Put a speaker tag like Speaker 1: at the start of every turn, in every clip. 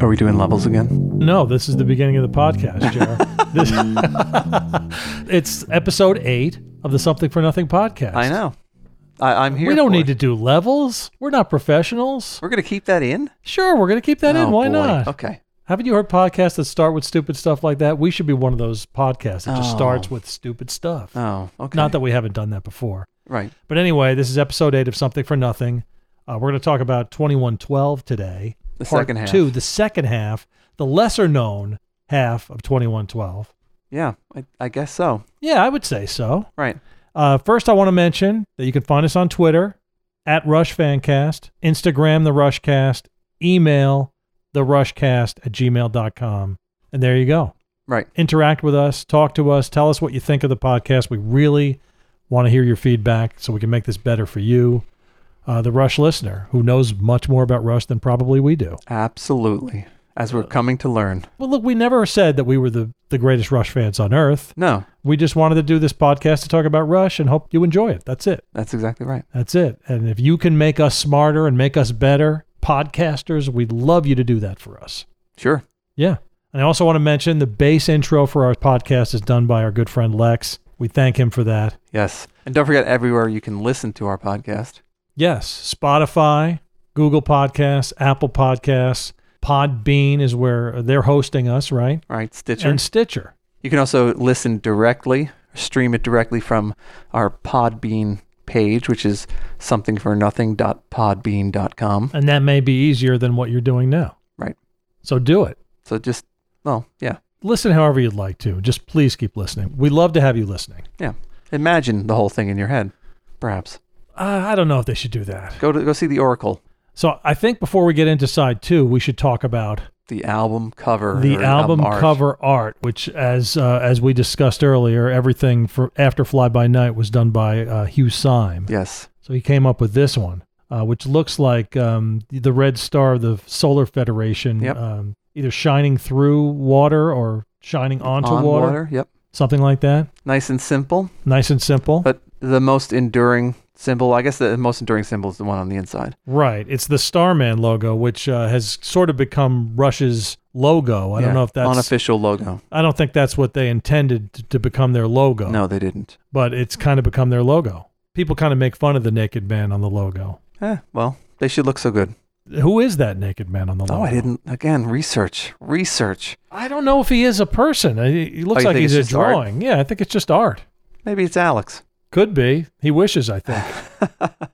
Speaker 1: Are we doing levels again?
Speaker 2: No, this is the beginning of the podcast, Jar. This- it's episode eight of the Something for Nothing podcast.
Speaker 1: I know. I, I'm here.
Speaker 2: We don't
Speaker 1: for
Speaker 2: need
Speaker 1: it.
Speaker 2: to do levels. We're not professionals.
Speaker 1: We're gonna keep that in.
Speaker 2: Sure, we're going to keep that
Speaker 1: Oh,
Speaker 2: in. Why
Speaker 1: boy.
Speaker 2: not?
Speaker 1: Okay.
Speaker 2: Haven't you heard podcasts that start with stupid stuff like that? We should be one of those podcasts that just
Speaker 1: Oh.
Speaker 2: starts with stupid stuff.
Speaker 1: Oh, okay.
Speaker 2: Not that we haven't done that before.
Speaker 1: Right.
Speaker 2: But anyway, this is episode eight of Something for Nothing. Uh, we're going to talk about 2112 today.
Speaker 1: The
Speaker 2: part
Speaker 1: second half.
Speaker 2: Two, the second half, the lesser known half of 2112.
Speaker 1: Yeah. I, I guess so.
Speaker 2: Yeah, I would say so.
Speaker 1: Right.
Speaker 2: Uh, first, I want to mention that you can find us on Twitter at Rush Fancast, Instagram, The Rushcast, email, The Rushcast at gmail.com. And there you go.
Speaker 1: Right.
Speaker 2: Interact with us, talk to us, tell us what you think of the podcast. We really want to hear your feedback so we can make this better for you, uh, the Rush listener, who knows much more about Rush than probably we do.
Speaker 1: Absolutely. As we're coming to learn.
Speaker 2: Well, look, we never said that we were the, the greatest Rush fans on earth.
Speaker 1: No,
Speaker 2: We just wanted to do this podcast to talk about Rush and hope you enjoy it. That's it.
Speaker 1: that's exactly right.
Speaker 2: That's it. And if you can make us smarter and make us better podcasters, we'd love you to do that for us.
Speaker 1: Sure.
Speaker 2: Yeah. And I also want to mention the bass intro for our podcast is done by our good friend Lex. We thank him for that.
Speaker 1: Yes. And don't forget, everywhere you can listen to our podcast.
Speaker 2: Yes, Spotify, Google Podcasts, Apple Podcasts, Podbean is where they're hosting us, right?
Speaker 1: Right. Stitcher.
Speaker 2: And Stitcher.
Speaker 1: you can also listen directly, stream it directly from our Podbean page, which is somethingfornothing.podbean.com.
Speaker 2: And that may be easier than what you're doing now.
Speaker 1: Right.
Speaker 2: So do it.
Speaker 1: So just, well, yeah.
Speaker 2: Listen however you'd like to. Just please keep listening. We love to have you listening.
Speaker 1: Yeah. Imagine the whole thing in your head, perhaps.
Speaker 2: Uh, I don't know if they should do that.
Speaker 1: Go to go see the Oracle,
Speaker 2: So I think before we get into side two, we should talk about
Speaker 1: the album cover.
Speaker 2: the
Speaker 1: or
Speaker 2: album
Speaker 1: art.
Speaker 2: cover art, which, as uh, as we discussed earlier, everything for after Fly By Night was done by uh, Hugh Syme.
Speaker 1: Yes.
Speaker 2: So he came up with this one, uh, which looks like um, the red star of the Solar Federation,
Speaker 1: Yep.
Speaker 2: um, either shining through water or shining onto
Speaker 1: On
Speaker 2: water,
Speaker 1: Yep.
Speaker 2: something like that.
Speaker 1: Nice and simple,
Speaker 2: Nice and simple.
Speaker 1: but the most enduring symbol, I guess the most enduring symbol is the one on the inside.
Speaker 2: Right. It's the Starman logo, which uh, has sort of become Rush's logo. I
Speaker 1: Yeah.
Speaker 2: don't know if that's
Speaker 1: unofficial logo.
Speaker 2: I don't think that's what they intended to, to become their logo.
Speaker 1: No, they didn't.
Speaker 2: But it's kind of become their logo. People kind of make fun of the naked man on the logo.
Speaker 1: Eh, well, they should look so good.
Speaker 2: Who is that naked man on the logo?
Speaker 1: Oh, I didn't. Again, research, research.
Speaker 2: I don't know if he is a person. I- He looks
Speaker 1: Oh, you
Speaker 2: like
Speaker 1: think
Speaker 2: he's a
Speaker 1: it's just art?
Speaker 2: drawing. Yeah, I think it's just art.
Speaker 1: Maybe it's Alex,
Speaker 2: Could be. He wishes, I think.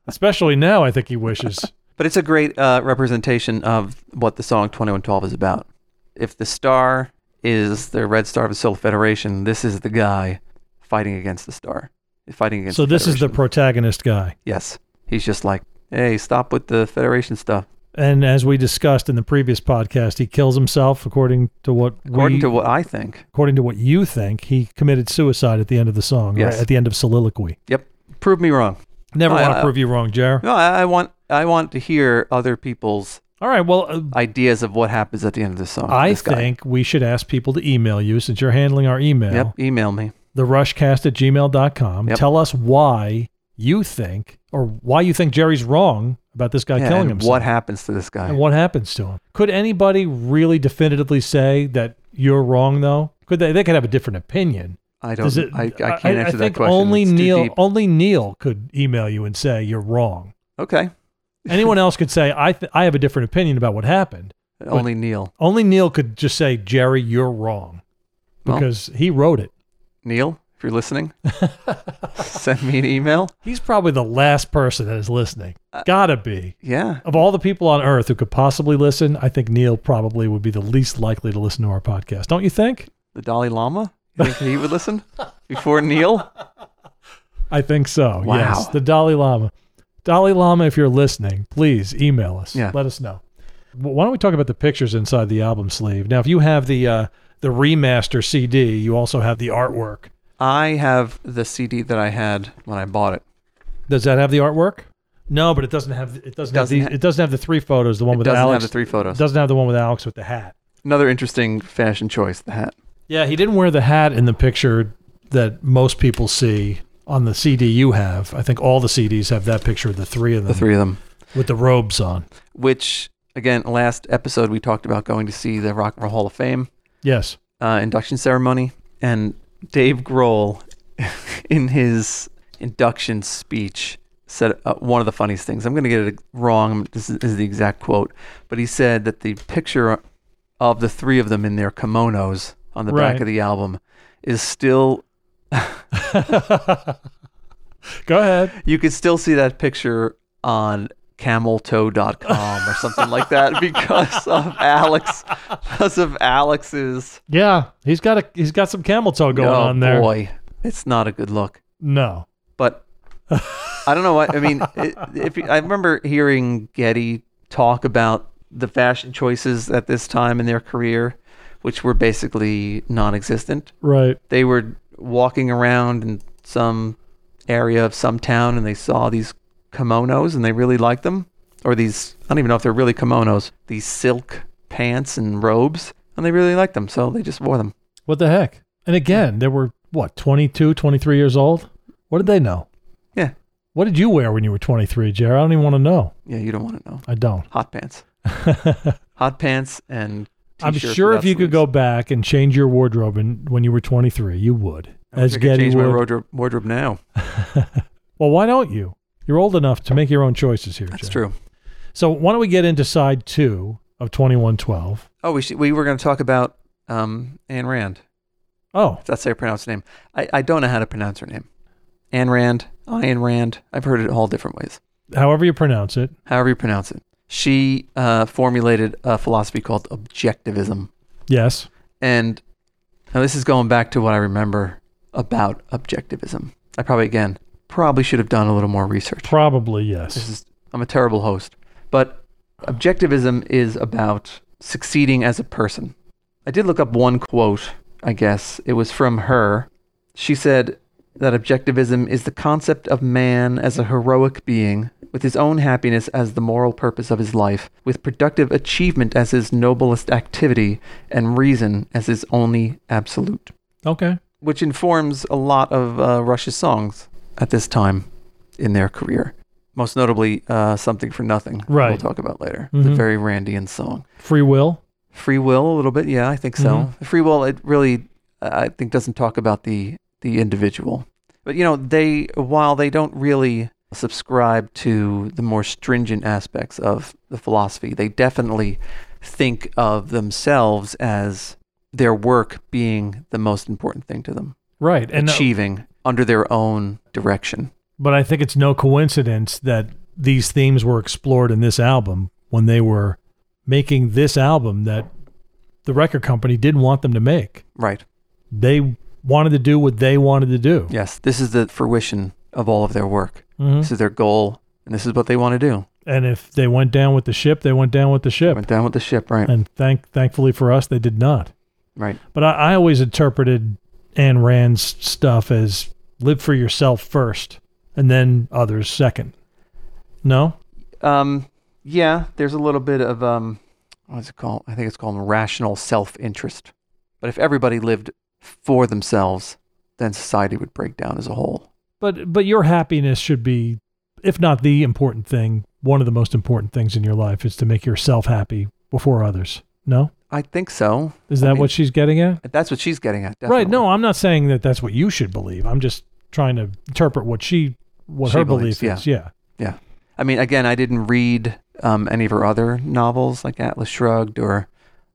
Speaker 2: Especially now, I think he wishes.
Speaker 1: but it's a great uh, representation of what the song "2112" is about. If the star is the red star of the Soul Federation, this is the guy fighting against the star, fighting against.
Speaker 2: so this is the
Speaker 1: Federation.
Speaker 2: protagonist guy.
Speaker 1: yes. He's just like, hey, stop with the Federation stuff.
Speaker 2: And as we discussed in the previous podcast, he kills himself according to what
Speaker 1: According
Speaker 2: we,
Speaker 1: to what I think,
Speaker 2: according to what you think, he committed suicide at the end of the song,
Speaker 1: Yes.
Speaker 2: right? At the end of soliloquy.
Speaker 1: prove me wrong.
Speaker 2: Never
Speaker 1: Oh,
Speaker 2: want to
Speaker 1: yeah.
Speaker 2: prove you wrong, Jar.
Speaker 1: No, I, I want, I want to hear other people's
Speaker 2: All right, well, uh,
Speaker 1: ideas of what happens at the end of the song.
Speaker 2: I
Speaker 1: Oh, This guy.
Speaker 2: think we should ask people to email you since you're handling our email,
Speaker 1: Yep. Email me.
Speaker 2: therushcast at gmail.com.
Speaker 1: Yep.
Speaker 2: Tell us why you think or why you think Jerry's wrong about this guy
Speaker 1: Yeah,
Speaker 2: killing
Speaker 1: and
Speaker 2: himself.
Speaker 1: What happens to this guy?
Speaker 2: and what happens to him. Could anybody really definitively say that you're wrong, though? Could they? They could have a different opinion.
Speaker 1: I don't.
Speaker 2: Does it,
Speaker 1: I, I can't answer that
Speaker 2: think
Speaker 1: question.
Speaker 2: Only
Speaker 1: It's too
Speaker 2: Neil,
Speaker 1: deep.
Speaker 2: only Neil could email you and say you're wrong.
Speaker 1: Okay.
Speaker 2: Anyone else could say I th- I have a different opinion about what happened.
Speaker 1: only Neil.
Speaker 2: Only Neil could just say Jerry, you're wrong
Speaker 1: Well-
Speaker 2: because he wrote it.
Speaker 1: Neil, if you're listening, send me an email.
Speaker 2: He's probably the last person that is listening.
Speaker 1: Uh,
Speaker 2: Gotta be.
Speaker 1: Yeah.
Speaker 2: Of all the people on earth who could possibly listen, I think Neil probably would be the least likely to listen to our podcast. Don't you think?
Speaker 1: The Dalai Lama. You think he would listen before Neil?
Speaker 2: I think so.
Speaker 1: Wow.
Speaker 2: Yes. The Dalai Lama. Dalai Lama, if you're listening, please email us.
Speaker 1: Yeah.
Speaker 2: Let us know. W- Why don't we talk about the pictures inside the album sleeve? Now, if you have the uh, the remaster CD, you also have the artwork.
Speaker 1: I have the CD that I had when I bought it.
Speaker 2: Does that have the artwork? No, but it doesn't have it doesn't, have
Speaker 1: Doesn't
Speaker 2: these,
Speaker 1: ha-
Speaker 2: it doesn't have the three photos. The one
Speaker 1: It
Speaker 2: with
Speaker 1: doesn't
Speaker 2: Alex
Speaker 1: have the three photos.
Speaker 2: doesn't have the one with Alex with the hat.
Speaker 1: Another interesting fashion choice, the hat.
Speaker 2: Yeah, he didn't wear the hat in the picture that most people see on the CD you have. I think all the CDs have that picture of the three of them
Speaker 1: The three of them,
Speaker 2: with the robes on.
Speaker 1: which Again, last episode we talked about going to see the Rock and Roll Hall of Fame
Speaker 2: Yes.
Speaker 1: uh, induction ceremony, and Dave Grohl, in his induction speech, said uh, one of the funniest things. I'm going to get it wrong. This is, is the exact quote, but he said that the picture of the three of them in their kimonos on the
Speaker 2: Right.
Speaker 1: back of the album is still.
Speaker 2: Go ahead.
Speaker 1: You can still see that picture on cameltoe.com or something like that because of Alex because of Alex's
Speaker 2: Yeah, he's got a he's got some camel toe going
Speaker 1: oh
Speaker 2: on there.
Speaker 1: boy it's not a good look
Speaker 2: No.
Speaker 1: but I don't know what I mean. It, if you, I remember hearing Getty talk about the fashion choices at this time in their career, which were basically non-existent.
Speaker 2: Right.
Speaker 1: They were walking around in some area of some town and they saw these kimonos and they really liked them, or these I don't even know if they're really kimonos, these silk pants and robes, and they really liked them, so they just wore them.
Speaker 2: What the heck? And again, they were what, 22, 23 years old? What did they know?
Speaker 1: Yeah,
Speaker 2: What did you wear when you were 23, Jer? I don't even want to know.
Speaker 1: yeah, you don't want to know.
Speaker 2: I don't.
Speaker 1: Hot pants, hot pants, and
Speaker 2: I'm
Speaker 1: t-shirts
Speaker 2: sure if
Speaker 1: without
Speaker 2: you could
Speaker 1: sleeves.
Speaker 2: go back and change your wardrobe in, when you were 23, you would.
Speaker 1: I wish
Speaker 2: As
Speaker 1: I could
Speaker 2: Getty
Speaker 1: change
Speaker 2: would.
Speaker 1: my wardrobe, wardrobe now.
Speaker 2: Well, why don't you? You're old enough to make your own choices here.
Speaker 1: That's
Speaker 2: Jer.
Speaker 1: true.
Speaker 2: So why don't we get into side two of 2112?
Speaker 1: Oh, we should, we were going to talk about um, Anne Rand.
Speaker 2: Oh,
Speaker 1: If that's how you pronounce her name. I, I don't know how to pronounce her name. Anne Rand, Ayn Rand. I've heard it all different ways.
Speaker 2: however you pronounce it.
Speaker 1: However you pronounce it. She uh, formulated a philosophy called objectivism.
Speaker 2: Yes.
Speaker 1: And now this is going back to what I remember about objectivism. I probably, again, probably should have done a little more research.
Speaker 2: Probably
Speaker 1: This
Speaker 2: yes.
Speaker 1: is I'm a terrible host, but objectivism is about succeeding as a person. I did look up one quote, I guess. It was from her. She said that objectivism is the concept of man as a heroic being with his own happiness as the moral purpose of his life, with productive achievement as his noblest activity and reason as his only absolute,
Speaker 2: Okay.
Speaker 1: which informs a lot of uh, Rush's songs at this time in their career. Most notably, uh, Something for Nothing,
Speaker 2: Right.
Speaker 1: we'll talk about later.
Speaker 2: Mhm.
Speaker 1: The very Randian song
Speaker 2: Free will.
Speaker 1: free will a little bit yeah i think so free will it really uh, i think doesn't talk about the the individual but you know they while they don't really subscribe to the more stringent aspects of the philosophy they definitely think of themselves as their work being the most important thing to them
Speaker 2: Right. And uh,
Speaker 1: achieving under their own direction
Speaker 2: But I think it's no coincidence that these themes were explored in this album when they were making this album that the record company didn't want them to make.
Speaker 1: right
Speaker 2: They wanted to do what they wanted to do.
Speaker 1: yes this is the fruition of all of their work
Speaker 2: Mhm.
Speaker 1: this is their goal and this is what they want to do
Speaker 2: And if they went down with the ship, they went down with the ship.
Speaker 1: went down with the ship right
Speaker 2: And thank thankfully for us, they did not.
Speaker 1: right
Speaker 2: But I, I always interpreted Anne Rand's stuff as live for yourself first and then others second. No?
Speaker 1: Um, yeah, there's a little bit of um, what's it called? I think it's called rational self-interest. But if everybody lived for themselves, then society would break down as a whole.
Speaker 2: But but your happiness should be, if not the important thing, one of the most important things in your life is to make yourself happy before others. No,
Speaker 1: I think so.
Speaker 2: is
Speaker 1: I
Speaker 2: that
Speaker 1: mean,
Speaker 2: what she's getting at?
Speaker 1: That's what she's getting at.
Speaker 2: Right. No, I'm not saying that that's what you should believe. I'm just trying to interpret what she, what
Speaker 1: She
Speaker 2: her
Speaker 1: believes,
Speaker 2: belief is. Yeah.
Speaker 1: Yeah. I mean, again, I didn't read um, any of her other novels like Atlas Shrugged or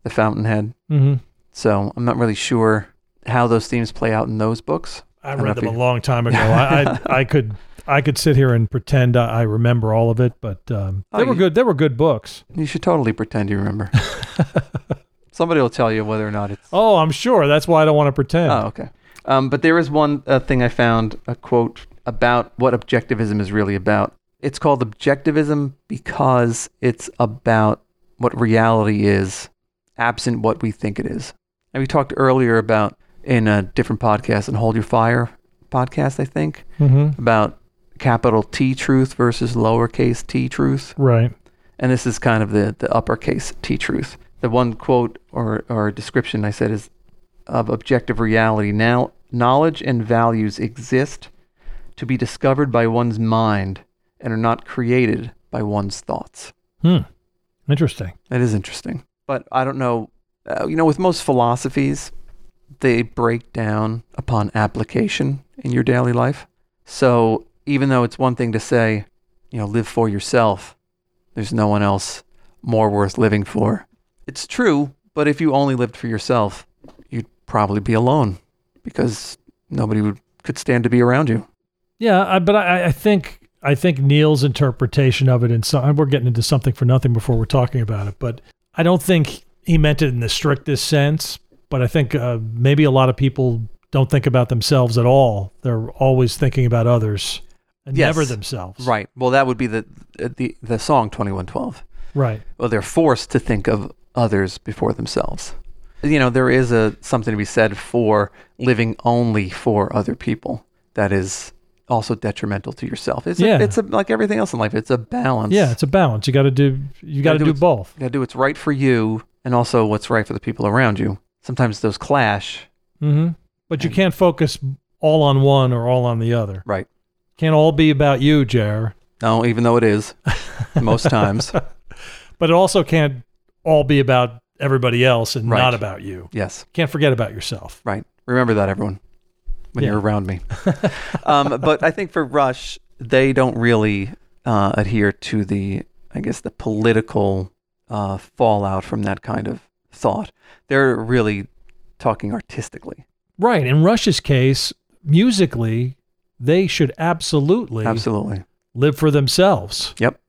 Speaker 1: The Fountainhead,
Speaker 2: hmm
Speaker 1: so I'm not really sure how those themes play out in those books.
Speaker 2: I
Speaker 1: don't know
Speaker 2: read
Speaker 1: if
Speaker 2: them a
Speaker 1: you-
Speaker 2: long time ago. I, I I could I could sit here and pretend I, I remember all of it, but um,
Speaker 1: Oh,
Speaker 2: they were
Speaker 1: you-
Speaker 2: good. They were good books.
Speaker 1: You should totally pretend you remember. Somebody will tell you whether or not it's
Speaker 2: Oh, I'm sure. That's why I don't want to pretend.
Speaker 1: Oh, okay. Um, but there is one uh, thing I found a quote about what objectivism is really about. It's called objectivism because it's about what reality is, absent what we think it is. And we talked earlier about in a different podcast, and Hold Your Fire podcast, I think,
Speaker 2: hmm
Speaker 1: about capital T truth versus lowercase t truth
Speaker 2: Right.
Speaker 1: and this is kind of the, the uppercase T truth. The one quote or, or description I said is of objective reality. Now, knowledge and values exist to be discovered by one's mind and are not created by one's thoughts.
Speaker 2: Hmm. Interesting.
Speaker 1: It is interesting. But I don't know. Uh, you know, with most philosophies, they break down upon application in your daily life. So even though it's one thing to say, you know, live for yourself, there's no one else more worth living for. It's true, but if you only lived for yourself, you'd probably be alone because nobody would, could stand to be around you.
Speaker 2: Yeah, I, but I, I think I think Neil's interpretation of it, and so and we're getting into something for nothing before we're talking about it. But I don't think he meant it in the strictest sense. But I think uh, maybe a lot of people don't think about themselves at all. They're always thinking about others and
Speaker 1: Yes.
Speaker 2: never themselves.
Speaker 1: Right. Well, that would be the the the song 2112.
Speaker 2: Right.
Speaker 1: Well, they're forced to think of others before themselves. You know, there is a something to be said for living only for other people. That is also detrimental to yourself. It's
Speaker 2: Yeah.
Speaker 1: a, it's a, like everything else in life. It's a balance.
Speaker 2: Yeah, it's a balance. You got to do. You got
Speaker 1: Gotta
Speaker 2: to do,
Speaker 1: do what's-
Speaker 2: both.
Speaker 1: You got to do what's right for you and also what's right for the people around you. Sometimes those clash.
Speaker 2: hmm But you
Speaker 1: And-
Speaker 2: can't focus all on one or all on the other.
Speaker 1: Right.
Speaker 2: Can't all be about you, Jer.
Speaker 1: No, even though it is most times.
Speaker 2: But it also can't all be about everybody else and
Speaker 1: Right.
Speaker 2: not about you.
Speaker 1: Yes.
Speaker 2: Can't forget about yourself.
Speaker 1: Right. Remember that, everyone, when
Speaker 2: Yeah.
Speaker 1: you're around me. um, but I think for Rush, they don't really uh, adhere to the, I guess, the political uh, fallout from that kind of thought. They're really talking artistically.
Speaker 2: Right. In Rush's case, musically, they should absolutely
Speaker 1: Absolutely.
Speaker 2: live for themselves.
Speaker 1: Yep.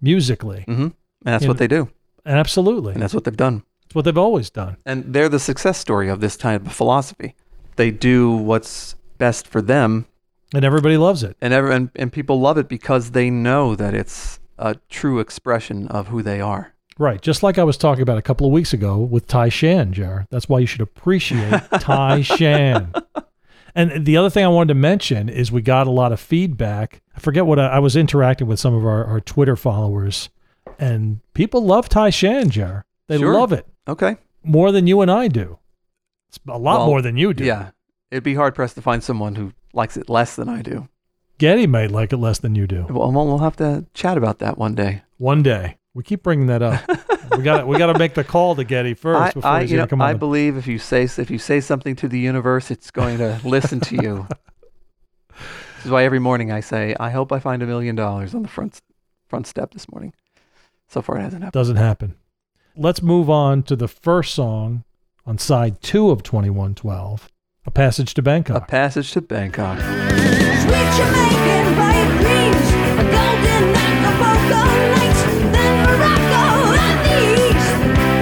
Speaker 2: Musically.
Speaker 1: hmm And that's
Speaker 2: You
Speaker 1: what
Speaker 2: know-
Speaker 1: they do.
Speaker 2: Absolutely.
Speaker 1: And that's what they've done.
Speaker 2: It's what they've always done.
Speaker 1: And they're the success story of this type of philosophy. They do what's best for them
Speaker 2: And everybody loves it.
Speaker 1: and every, and, and people love it because they know that it's a true expression of who they are.
Speaker 2: Right. Just like I was talking about a couple of weeks ago with Tai Shan, Jar. That's why you should appreciate Tai Shan. And the other thing I wanted to mention is we got a lot of feedback. I forget what I, I was interacting with some of our, our Twitter followers, and people love Tai Shan, Jar. They
Speaker 1: Sure.
Speaker 2: love it
Speaker 1: Okay.
Speaker 2: more than you and I do. It's a lot
Speaker 1: Well,
Speaker 2: more than you do.
Speaker 1: Yeah. It'd be hard pressed to find someone who likes it less than I do.
Speaker 2: Getty may like it less than you do.
Speaker 1: Well, we'll we'll have to chat about that one day.
Speaker 2: One day. We keep bringing that up. we got to we got to make the call to Getty first
Speaker 1: I,
Speaker 2: before
Speaker 1: I,
Speaker 2: he's
Speaker 1: you
Speaker 2: going
Speaker 1: know,
Speaker 2: to come
Speaker 1: I
Speaker 2: on. the-
Speaker 1: believe if you say if you say something to the universe, it's going to listen to you. This is why every morning I say, "I hope I find a million dollars on the front s- front step this morning." So far, it hasn't happened.
Speaker 2: Doesn't happen. Let's move on to the first song on side two of 2112, A Passage to
Speaker 1: A
Speaker 2: Bangkok.
Speaker 1: passage to Bangkok.
Speaker 3: Sweet Jamaican bright dreams, a golden Acapulco nights, then Morocco on the east.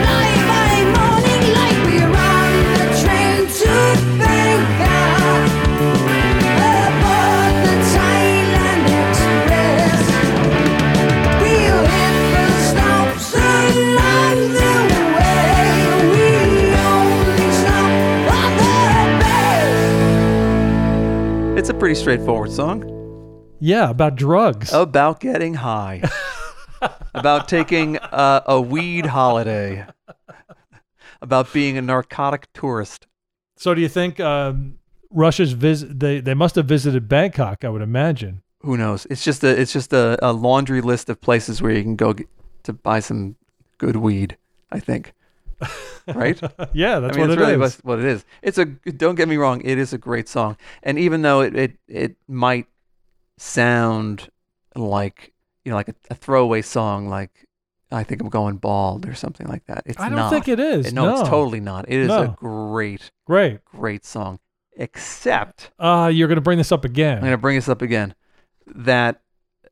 Speaker 3: Light by morning light, we're on the train to Bangkok aboard the Thailand Express. We'll hit the stops along the way. We only stop on the best.
Speaker 1: It's a pretty straightforward song
Speaker 2: yeah, about drugs.
Speaker 1: about getting high, about taking uh, a weed holiday, about being a narcotic tourist.
Speaker 2: So do you think um, Russia's visit, they, they must have visited Bangkok, I would imagine.
Speaker 1: who knows? It's just a it's just a, a laundry list of places where you can go get, to buy some good weed. I think, right?
Speaker 2: yeah, that's
Speaker 1: I mean,
Speaker 2: what
Speaker 1: that's
Speaker 2: it
Speaker 1: really
Speaker 2: is.
Speaker 1: what- what it is. It's a don't get me wrong, it is a great song, and even though it it, it might sound like you know like a, a throwaway song, like I think I'm going bald or something like that. It's
Speaker 2: I don't
Speaker 1: not.
Speaker 2: think it is.
Speaker 1: no,
Speaker 2: No,
Speaker 1: it's totally not. It is
Speaker 2: No.
Speaker 1: a great
Speaker 2: Great.
Speaker 1: great song, except
Speaker 2: Uh, you're going to bring this up
Speaker 1: I'm
Speaker 2: again.
Speaker 1: going to bring this up again. That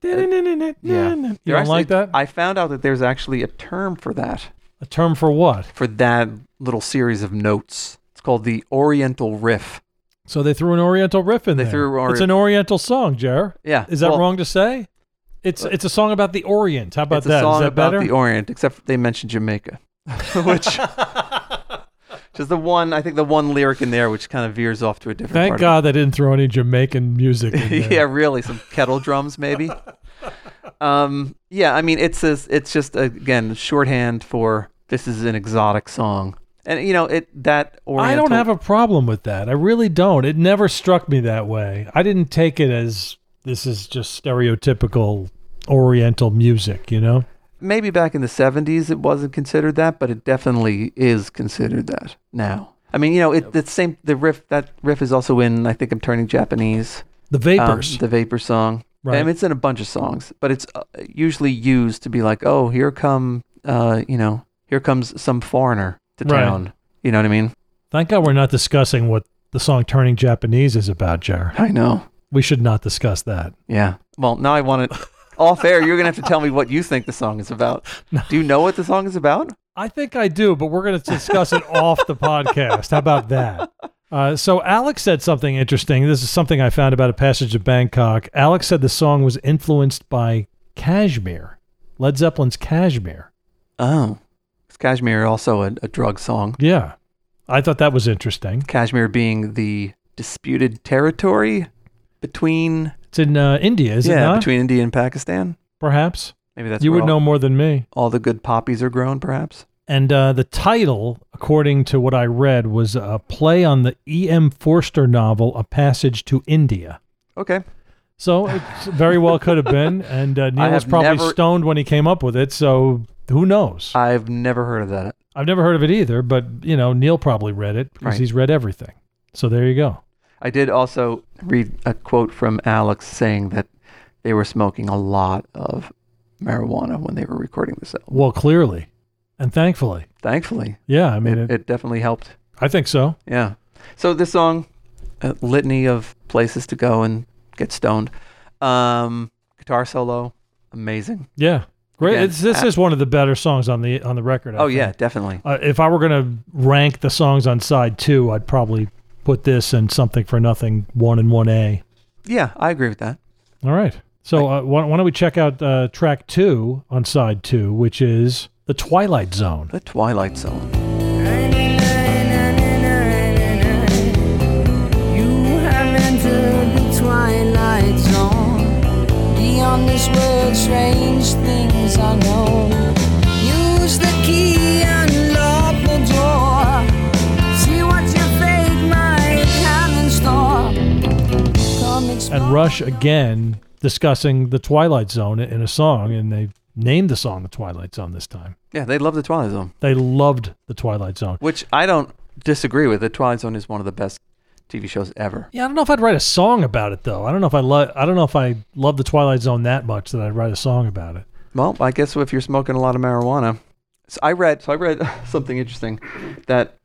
Speaker 2: yeah. You
Speaker 1: There
Speaker 2: don't like
Speaker 1: actually-
Speaker 2: that?
Speaker 1: I found out that there's actually a term for that,
Speaker 2: A term for what?
Speaker 1: for that little series of notes. It's called the Oriental Riff.
Speaker 2: So they threw an Oriental riff in
Speaker 1: They
Speaker 2: there.
Speaker 1: threw ori-
Speaker 2: it's an Oriental song, Jer.
Speaker 1: Yeah.
Speaker 2: Is that
Speaker 1: well, uh,
Speaker 2: wrong to say? It's it's a song about the Orient. How about
Speaker 1: It's
Speaker 2: that?
Speaker 1: a
Speaker 2: Is
Speaker 1: song
Speaker 2: that
Speaker 1: about
Speaker 2: better?
Speaker 1: the Orient, except they mentioned Jamaica, which is the one, I think the one lyric in there which kind of veers off to a different
Speaker 2: Thank
Speaker 1: part of-
Speaker 2: God they didn't throw any Jamaican music in
Speaker 1: yeah,
Speaker 2: there.
Speaker 1: really, some kettle drums maybe. Um, yeah, I mean, it's a, it's just again shorthand for this is an exotic song, and you know it that Oriental.
Speaker 2: I don't have a problem with that. I really don't. It never struck me that way. I didn't take it as this is just stereotypical Oriental music, you know?
Speaker 1: Maybe back in the 70s it wasn't considered that, but it definitely is considered that now. I mean, you know, it the same the riff that riff is also in I think I'm turning Japanese.
Speaker 2: The
Speaker 1: um,
Speaker 2: vapors.
Speaker 1: the vapor song.
Speaker 2: Right.
Speaker 1: I mean, it's in a bunch of songs, but it's uh, usually used to be like, "Oh, here come uh, you know, here comes some foreigner to
Speaker 2: Right.
Speaker 1: town." You know what I mean?
Speaker 2: Thank God we're not discussing what the song Turning Japanese is about, Jared.
Speaker 1: I know.
Speaker 2: We should not discuss that.
Speaker 1: Yeah. Well, now I want to. Off air, you're gonna have to tell me what you think the song is about. Do you know what the song is about?
Speaker 2: I think I do, but we're going to discuss it off the podcast. How about that? Uh, so Alex said something interesting. This is something I found about a passage of Bangkok. Alex said the song was influenced by Kashmir, Led Zeppelin's Kashmir.
Speaker 1: Oh, it's Kashmir also a, a drug song?
Speaker 2: Yeah, I thought that was interesting.
Speaker 1: Kashmir being the disputed territory between
Speaker 2: It's in uh, India, is it
Speaker 1: yeah
Speaker 2: not?
Speaker 1: between India and Pakistan.
Speaker 2: Perhaps
Speaker 1: Maybe that's
Speaker 2: you
Speaker 1: where
Speaker 2: would know
Speaker 1: all,
Speaker 2: more than me.
Speaker 1: all the good poppies are grown, perhaps.
Speaker 2: And uh, the title, according to what I read, was a play on the E.M. Forster novel, A Passage to India.
Speaker 1: Okay.
Speaker 2: So it very well could have been. And uh,
Speaker 1: I
Speaker 2: Neil was
Speaker 1: have
Speaker 2: probably
Speaker 1: never-
Speaker 2: stoned when he came up with it. So who knows?
Speaker 1: I've never heard of that.
Speaker 2: I've never heard of it either, but, you know, Neil probably read it because
Speaker 1: Right.
Speaker 2: he's read everything. So there you go.
Speaker 1: I did also read a quote from Alex saying that they were smoking a lot of marijuana when they were recording this album.
Speaker 2: Well, clearly and thankfully.
Speaker 1: Thankfully,
Speaker 2: Yeah. I mean,
Speaker 1: it,
Speaker 2: it,
Speaker 1: it definitely helped.
Speaker 2: I think so.
Speaker 1: Yeah. So this song, a litany of places to go and get stoned. Um, guitar solo, amazing.
Speaker 2: Yeah. Great.
Speaker 1: Again,
Speaker 2: it's, this
Speaker 1: I-
Speaker 2: is one of the better songs on the on the record. I
Speaker 1: Oh
Speaker 2: think.
Speaker 1: yeah, definitely.
Speaker 2: Uh, if I were going to rank the songs on side two, I'd probably put this and Something for Nothing, one and one A.
Speaker 1: Yeah, I agree with that.
Speaker 2: All right. So uh, why, why don't we check out uh, track two on side two, which is The Twilight Zone.
Speaker 1: The Twilight Zone.
Speaker 4: You have entered the twilight zone. Beyond this world, strange things are known. Use the key and lock the door. See what your fate might have in store. Come
Speaker 2: And
Speaker 4: explore
Speaker 2: Rush again discussing The Twilight Zone in a song, and they named the song The Twilight Zone this time.
Speaker 1: Yeah, they love the Twilight Zone,
Speaker 2: They loved The Twilight Zone.
Speaker 1: which I don't disagree with. The Twilight Zone is one of the best TV shows ever.
Speaker 2: Yeah, I don't know if I'd write a song about it though. I don't know if I love. I don't know if I love the Twilight Zone that much that I'd write a song about it.
Speaker 1: Well, I guess if you're smoking a lot of marijuana, so I read so I read something interesting that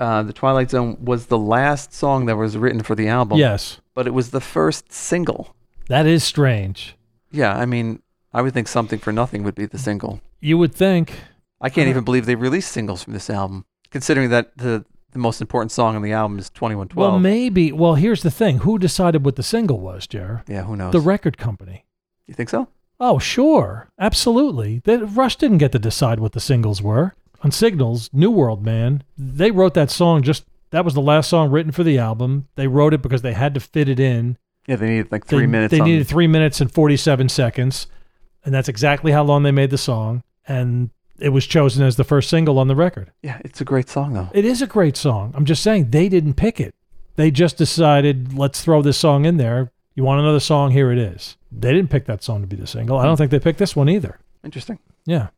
Speaker 1: uh, the Twilight Zone was the last song that was written for the album.
Speaker 2: yes,
Speaker 1: but it was the first single.
Speaker 2: that is strange.
Speaker 1: Yeah, I mean, I would think something for nothing would be the single.
Speaker 2: You would think.
Speaker 1: I can't even believe they released singles from this album, considering that the the most important song on the album is Twenty One
Speaker 2: Well,
Speaker 1: Twelve.
Speaker 2: maybe. Well, here's the thing: who decided what the single was, Jer?
Speaker 1: yeah, who knows?
Speaker 2: The record company.
Speaker 1: you think so?
Speaker 2: Oh, sure, absolutely. That Rush didn't get to decide what the singles were. On Signals, New World Man, they wrote that song just. That was the last song written for the album. They wrote it because they had to fit it in
Speaker 1: Yeah, they needed like three
Speaker 2: they,
Speaker 1: minutes.
Speaker 2: They
Speaker 1: on-
Speaker 2: needed three minutes and forty-seven seconds, and that's exactly how long they made the song. And it was chosen as the first single on the record.
Speaker 1: yeah, it's a great song though.
Speaker 2: It is a great song. I'm just saying they didn't pick it. They just decided let's throw this song in there. You want another song? Here it is. They didn't pick that song to be the single. I don't think they picked this one either.
Speaker 1: Interesting.
Speaker 2: Yeah.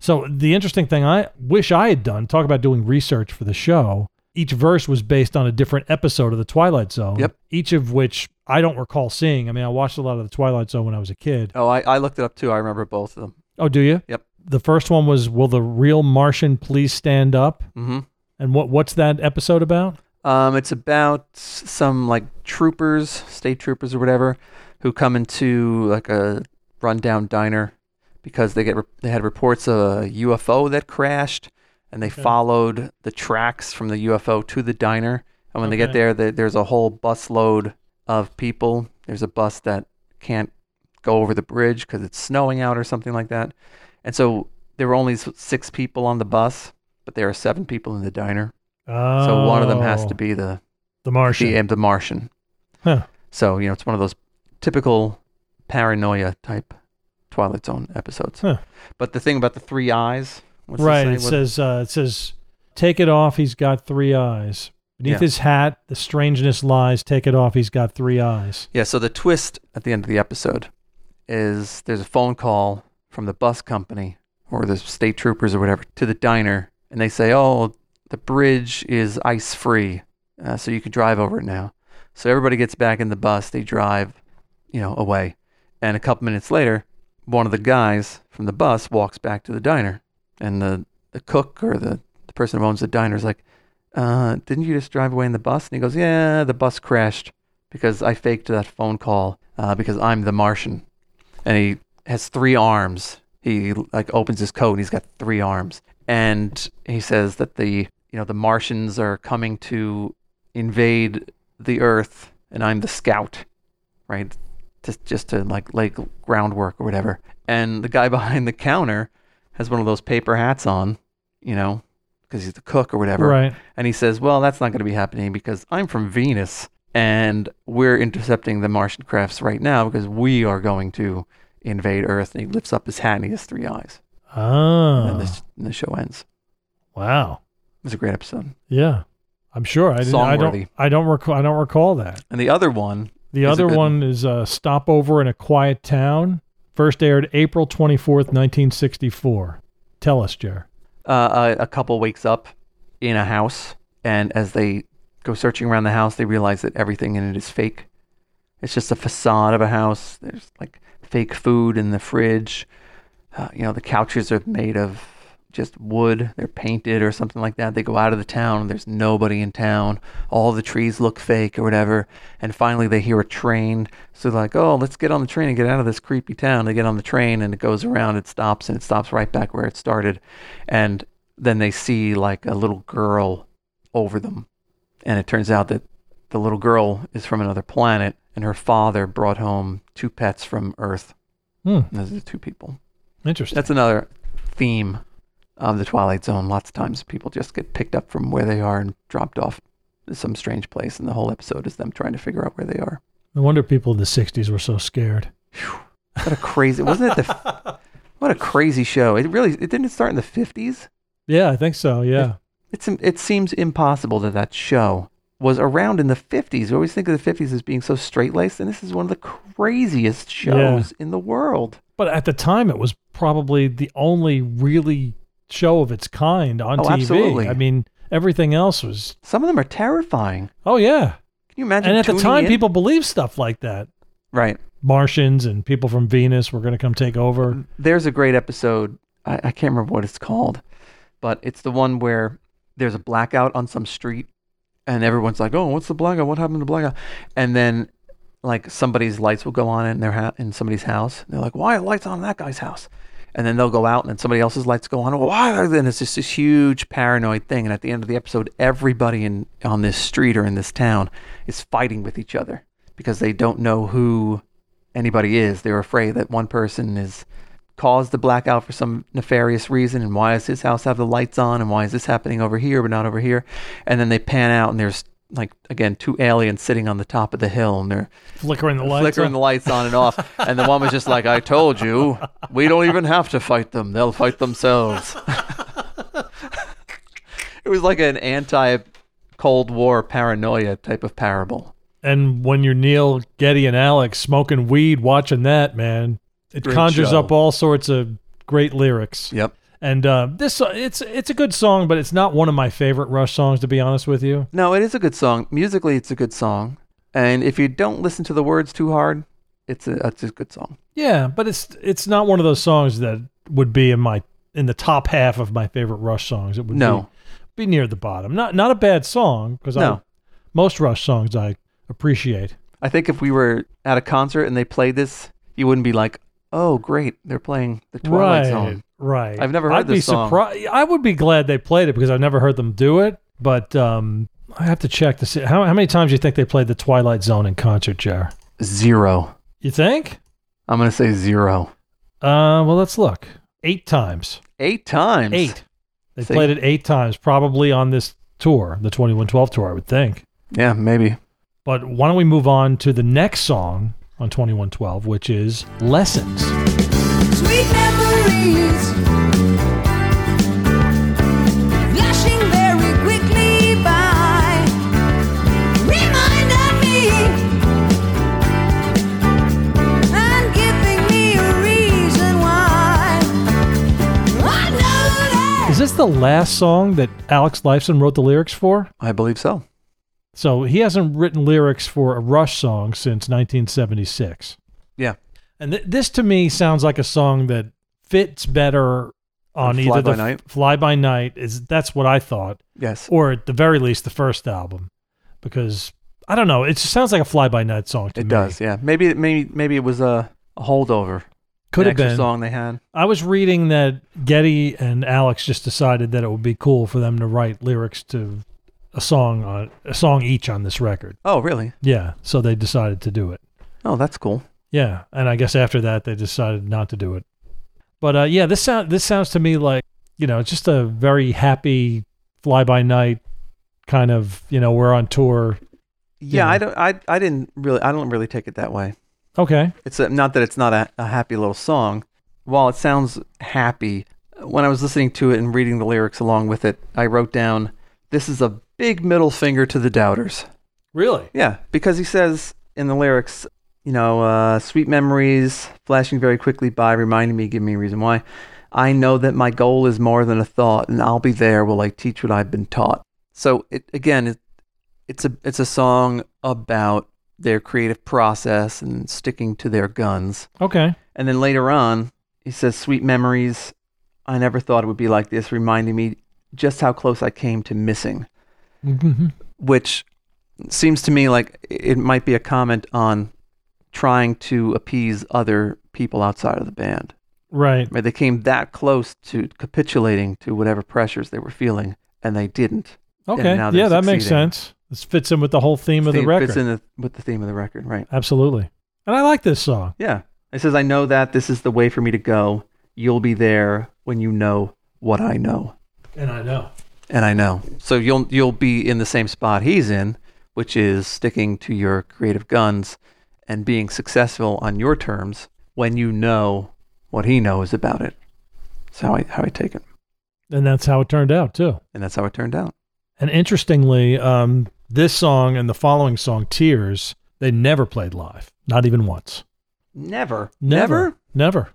Speaker 2: So the interesting thing I wish I had done, talk about doing research for the show. Each verse was based on a different episode of The Twilight Zone.
Speaker 1: Yep.
Speaker 2: Each of which I don't recall seeing. I mean, I watched a lot of The Twilight Zone when I was a kid.
Speaker 1: Oh, I, I looked it up too. I remember both of them.
Speaker 2: Oh, do you?
Speaker 1: Yep.
Speaker 2: The first one was Will the Real Martian Please Stand Up?
Speaker 1: Mm-hmm.
Speaker 2: And what what's that episode about?
Speaker 1: Um, it's about s- some like troopers, state troopers or whatever, who come into like a rundown diner because they get re- they had reports of a UFO that crashed, and they followed the tracks from the UFO to the diner. And when they get
Speaker 2: Okay.
Speaker 1: there, the, there's a whole busload of people. There's a bus that can't go over the bridge because it's snowing out or something like that. And so there were only s- six people on the bus, but there are seven people in the diner.
Speaker 2: Oh,
Speaker 1: So one of them has to be the
Speaker 2: The Martian.
Speaker 1: the, the Martian.
Speaker 2: Huh.
Speaker 1: So, you know, it's one of those typical paranoia type Twilight Zone episodes.
Speaker 2: Huh.
Speaker 1: But the thing about the three eyes, what's it
Speaker 2: right.
Speaker 1: say?
Speaker 2: It,
Speaker 1: What-
Speaker 2: says uh, it says take it off. He's got three eyes. Beneath
Speaker 1: Yeah.
Speaker 2: his hat, the strangeness lies. Take it off. He's got three eyes.
Speaker 1: yeah, so the twist at the end of the episode is there's a phone call from the bus company or the state troopers or whatever to the diner, and they say, "Oh, the bridge is ice free, uh, so you can drive over it now." So everybody gets back in the bus. They drive, you know, away, and a couple minutes later, one of the guys from the bus walks back to the diner, and the the cook or the, the person who owns the diner is like, uh, "Didn't you just drive away in the bus?" And he goes, "Yeah, the bus crashed." because I faked that phone call uh, because I'm the Martian. And he has three arms. He like opens his coat and he's got three arms. And he says that the you know the Martians are coming to invade the Earth, and I'm the scout, right? Just just to like lay groundwork or whatever. And the guy behind the counter has one of those paper hats on, you know, because he's the cook or whatever.
Speaker 2: Right.
Speaker 1: And he says, Well, that's not going to be happening because I'm from Venus and we're intercepting the Martian crafts right now because we are going to invade Earth. And he lifts up his hat and he has three eyes. And,
Speaker 2: Oh,
Speaker 1: this, and the show ends.
Speaker 2: wow.
Speaker 1: It's a great episode.
Speaker 2: Yeah, I'm sure. I, didn't, I
Speaker 1: Songworthy.
Speaker 2: don't. I don't recall. I don't recall that.
Speaker 1: And the other one,
Speaker 2: The
Speaker 1: Is a
Speaker 2: other
Speaker 1: good
Speaker 2: one is uh, Stopover in a Quiet Town. First aired April 24th, 1964. Tell us, Jer.
Speaker 1: uh, a, a couple wakes up in a house, and as they go searching around the house, they realize that everything in it is fake. It's just a facade of a house. There's like fake food in the fridge. Uh, you know, the couches are made of just wood. They're painted or something like that. They go out of the town. and There's nobody in town. All the trees look fake or whatever. And finally, they hear a train. So they're like, oh, let's get on the train and get out of this creepy town. They get on the train and it goes around. It stops and it stops right back where it started. And then they see like a little girl over them. And it turns out that the little girl is from another planet and her father brought home two pets from Earth.
Speaker 2: Hmm,
Speaker 1: And those are the two people.
Speaker 2: interesting.
Speaker 1: That's another theme of the Twilight Zone. Lots of times people just get picked up from where they are and dropped off to some strange place, and the whole episode is them trying to figure out where they are.
Speaker 2: no wonder people in the 60s were so scared.
Speaker 1: What a crazy! wasn't it the? What a crazy show! It really it didn't start in the fifties.
Speaker 2: Yeah, I think so. Yeah.
Speaker 1: It's it seems impossible that that show was around in the fifties. We always think of the fifties as being so straight laced, and this is one of the craziest shows in the world.
Speaker 2: But at the time, it was probably the only really show of its kind on
Speaker 1: Oh,
Speaker 2: TV.
Speaker 1: absolutely.
Speaker 2: I mean, everything else was,
Speaker 1: Some of them are terrifying.
Speaker 2: oh, yeah.
Speaker 1: Can you imagine?
Speaker 2: And at the
Speaker 1: tuning
Speaker 2: time,
Speaker 1: in?
Speaker 2: people believed stuff like that.
Speaker 1: right.
Speaker 2: Martians and people from Venus were going to come take over.
Speaker 1: there's a great episode. I, I can't remember what it's called, but it's the one where there's a blackout on some street, and everyone's like, "Oh, what's the blackout? What happened to the blackout?" And then, like, somebody's lights will go on in their ha- in somebody's house. And they're like, "Why are lights on in that guy's house?" And then they'll go out, and then somebody else's lights go on. Why? are they-" And it's just this huge paranoid thing. And at the end of the episode, everybody in on this street or in this town is fighting with each other because they don't know who anybody is. They're afraid that one person is caused the blackout for some nefarious reason and why does his house have the lights on and why is this happening over here but not over here and then they pan out and there's like again two aliens sitting on the top of the hill and they're
Speaker 2: Flickering the lights.
Speaker 1: flickering
Speaker 2: on.
Speaker 1: the lights on and off and the one was just like i told you we don't even have to fight them they'll fight themselves it was like an anti cold war paranoia type of parable
Speaker 2: And when you're Neil, Getty, and Alex smoking weed, watching that, man, it
Speaker 1: Great
Speaker 2: conjures
Speaker 1: show.
Speaker 2: up all sorts of great lyrics.
Speaker 1: yep
Speaker 2: And uh, this, so- it's it's a good song, but it's not one of my favorite Rush songs, to be honest with you.
Speaker 1: No, it is a good song. Musically, it's a good song. And if you don't listen to the words too hard, it's a, it's a good song.
Speaker 2: Yeah, but it's it's not one of those songs that would be in my in the top half of my favorite Rush songs. It would
Speaker 1: No.
Speaker 2: be, be near the bottom. Not not a bad song because
Speaker 1: No.
Speaker 2: most Rush songs I appreciate.
Speaker 1: I think if we were at a concert and they played this, you wouldn't be like, oh, great, they're playing the Twilight
Speaker 2: right,
Speaker 1: Zone.
Speaker 2: Right.
Speaker 1: I've never heard
Speaker 2: I'd be
Speaker 1: this song.
Speaker 2: surprised. I would be glad they played it because I've never heard them do it. But um, I have to check to see how, how many times you think they played the Twilight Zone in concert, Jar.
Speaker 1: Zero.
Speaker 2: You think?
Speaker 1: I'm going to say zero.
Speaker 2: Uh, well, let's look. Eight times.
Speaker 1: Eight times.
Speaker 2: Eight. They
Speaker 1: See?
Speaker 2: played it eight times, probably on this tour, the 2112 tour, I would think.
Speaker 1: Yeah, maybe.
Speaker 2: But why don't we move on to the next song on 2112, which is Lessons.
Speaker 3: Sweet memories flashing very quickly by. Reminded me and giving me a reason why
Speaker 2: Is this the last song that Alex Lifeson wrote the lyrics for?
Speaker 1: I believe so.
Speaker 2: So he hasn't written lyrics for a Rush song since 1976.
Speaker 1: Yeah.
Speaker 2: And th- this to me sounds like a song that fits better on
Speaker 1: Fly
Speaker 2: either
Speaker 1: By
Speaker 2: the
Speaker 1: Night?
Speaker 2: Fly By Night is that's what I thought
Speaker 1: Yes.
Speaker 2: or at the very least the first album because I don't know, it just sounds like a Fly By Night song to
Speaker 1: It
Speaker 2: me.
Speaker 1: does. Yeah. Maybe maybe maybe it was a, a holdover.
Speaker 2: Could
Speaker 1: An
Speaker 2: have
Speaker 1: extra
Speaker 2: been.
Speaker 1: song they had.
Speaker 2: I was reading that Getty and Alex just decided that it would be cool for them to write lyrics to a song on a song each on this record.
Speaker 1: Oh, really?
Speaker 2: Yeah, so they decided to do it.
Speaker 1: Oh, that's cool.
Speaker 2: Yeah, and I guess after that they decided not to do it. But uh, yeah, this sound this sounds to me like you know just a very happy fly by night kind of you know we're on tour.
Speaker 1: Yeah,
Speaker 2: Yeah.
Speaker 1: I don't. I I didn't really. I don't really take it that way.
Speaker 2: Okay,
Speaker 1: It's a, not that it's not a, a happy little song. While it sounds happy, when I was listening to it and reading the lyrics along with it, I wrote down, "This is a big middle finger to the doubters."
Speaker 2: really?
Speaker 1: Yeah, because he says in the lyrics, you know, uh, sweet memories flashing very quickly by, reminding me, giving me a reason why. I know that my goal is more than a thought, and I'll be there. Will I teach what I've been taught? So it again, it, it's a it's a song about their creative process and sticking to their guns.
Speaker 2: Okay,
Speaker 1: And then later on, he says, "Sweet memories. I never thought it would be like this, reminding me just how close I came to missing."
Speaker 2: Mhm.
Speaker 1: which seems to me like it might be a comment on trying to appease other people outside of the band.
Speaker 2: right.
Speaker 1: I mean, they came that close to capitulating to whatever pressures they were feeling, and they didn't.
Speaker 2: Okay,
Speaker 1: now they're
Speaker 2: yeah, that makes
Speaker 1: succeeding.
Speaker 2: sense. This fits in with the whole theme of the
Speaker 1: Theme-
Speaker 2: record.
Speaker 1: Fits in the, with the theme of the record, right?
Speaker 2: Absolutely, and I like this song.
Speaker 1: Yeah. It says, "I know that this is the way for me to go. You'll be there when you know what I know."
Speaker 2: And I know.
Speaker 1: And I know. So you'll you'll be in the same spot he's in, which is sticking to your creative guns and being successful on your terms when you know what he knows about it. That's how I how I take it.
Speaker 2: And that's how it turned out too.
Speaker 1: And that's how it turned out.
Speaker 2: And interestingly, um, this song and the following song, Tears, they never played live. Not even once.
Speaker 1: Never.
Speaker 2: Never. Never.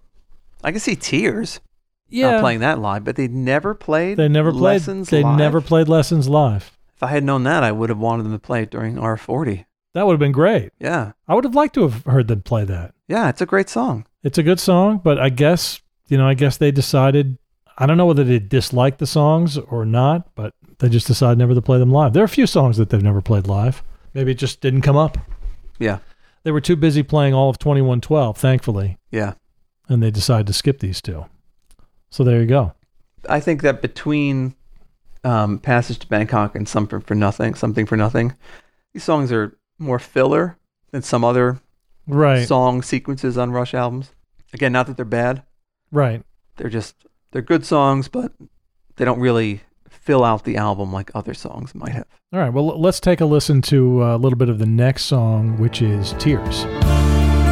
Speaker 1: I can see tears
Speaker 2: Yeah.
Speaker 1: not playing that live, but they never played
Speaker 2: They never played
Speaker 1: lessons
Speaker 2: they
Speaker 1: live.
Speaker 2: never played lessons live.
Speaker 1: If I had known that I would have wanted them to play it during R forty.
Speaker 2: That would have been great.
Speaker 1: Yeah.
Speaker 2: I would have liked to have heard them play that.
Speaker 1: Yeah, it's a great song.
Speaker 2: It's a good song, but I guess, you know, I guess they decided I don't know whether they disliked the songs or not, but they just decided never to play them live. There are a few songs that they've never played live. Maybe it just didn't come up.
Speaker 1: Yeah.
Speaker 2: They were too busy playing all of 2112, thankfully.
Speaker 1: Yeah.
Speaker 2: and they decide to skip these two. So there you go.
Speaker 1: I think that between um, Passage to Bangkok and Something for Nothing, Something for Nothing, these songs are more filler than some other
Speaker 2: Right.
Speaker 1: song sequences on Rush albums. Again, not that they're bad;
Speaker 2: right.
Speaker 1: they're just they're good songs, but they don't really fill out the album like other songs might have.
Speaker 2: All right. Well, l- let's take a listen to uh, a little bit of the next song, which is Tears.